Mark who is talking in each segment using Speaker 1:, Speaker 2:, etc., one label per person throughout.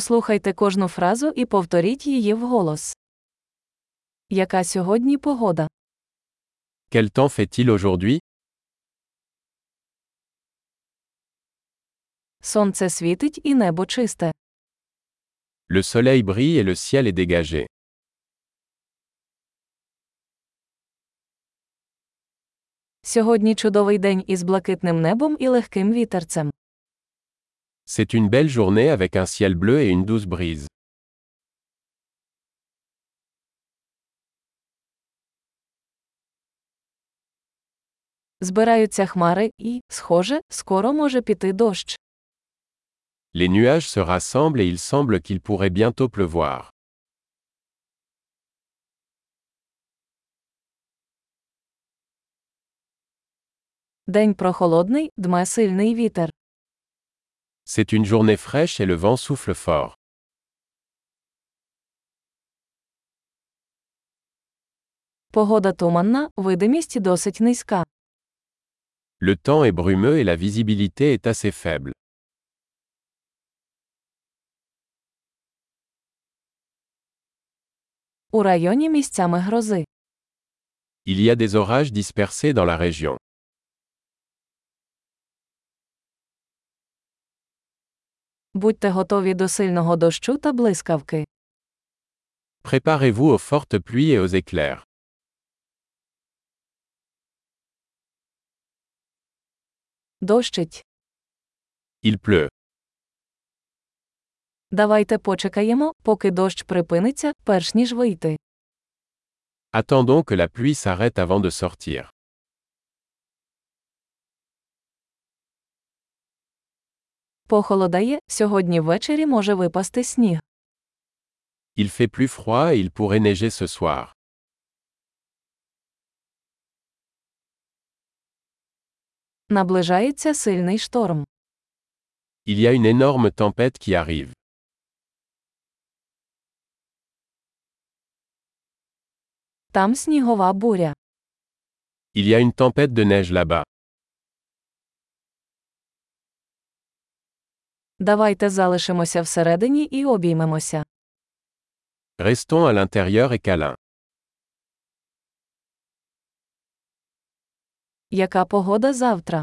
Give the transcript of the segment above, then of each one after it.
Speaker 1: Послухайте кожну фразу і повторіть її вголос. Яка сьогодні погода?
Speaker 2: Quel temps fait-il aujourd'hui
Speaker 1: Сонце світить і небо чисте.
Speaker 2: Le soleil brille et le ciel est dégagé.
Speaker 1: Сьогодні чудовий день із блакитним небом і легким вітерцем.
Speaker 2: C'est une belle journée avec un ciel bleu et une douce brise.
Speaker 1: Збираються хмари і, схоже, скоро може піти дощ.
Speaker 2: Les nuages se rassemblent et il semble qu'il pourrait bientôt pleuvoir.
Speaker 1: День прохолодний, дме сильний вітер.
Speaker 2: C'est une journée fraîche et le vent souffle fort.
Speaker 1: Погода туманна, видимість досить низька.
Speaker 2: Le temps est brumeux et la visibilité est assez faible.
Speaker 1: У районі місцями грози.
Speaker 2: Il y a des orages dispersés dans la région.
Speaker 1: Будьте готові до сильного дощу та блискавки.
Speaker 2: Préparez-vous aux fortes pluies et aux éclairs.
Speaker 1: Дощить.
Speaker 2: Il pleut.
Speaker 1: Давайте почекаємо, поки дощ припиниться, перш ніж вийти.
Speaker 2: Attendons que la pluie s'arrête avant de sortir.
Speaker 1: Похолодає, сьогодні ввечері може випасти сніг.
Speaker 2: Il fait plus froid et il pourrait neiger ce soir.
Speaker 1: Наближається сильний шторм.
Speaker 2: Il y a une énorme tempête qui arrive.
Speaker 1: Там снігова буря.
Speaker 2: Il y a une tempête de neige là-bas.
Speaker 1: Давайте залишимося всередині і обіймемося.
Speaker 2: Restons à l'intérieur et câlin.
Speaker 1: Яка погода завтра?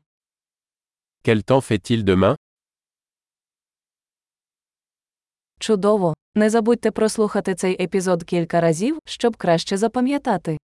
Speaker 2: Quel temps fait-il demain
Speaker 1: Чудово! Не забудьте прослухати цей епізод кілька разів, щоб краще запам'ятати.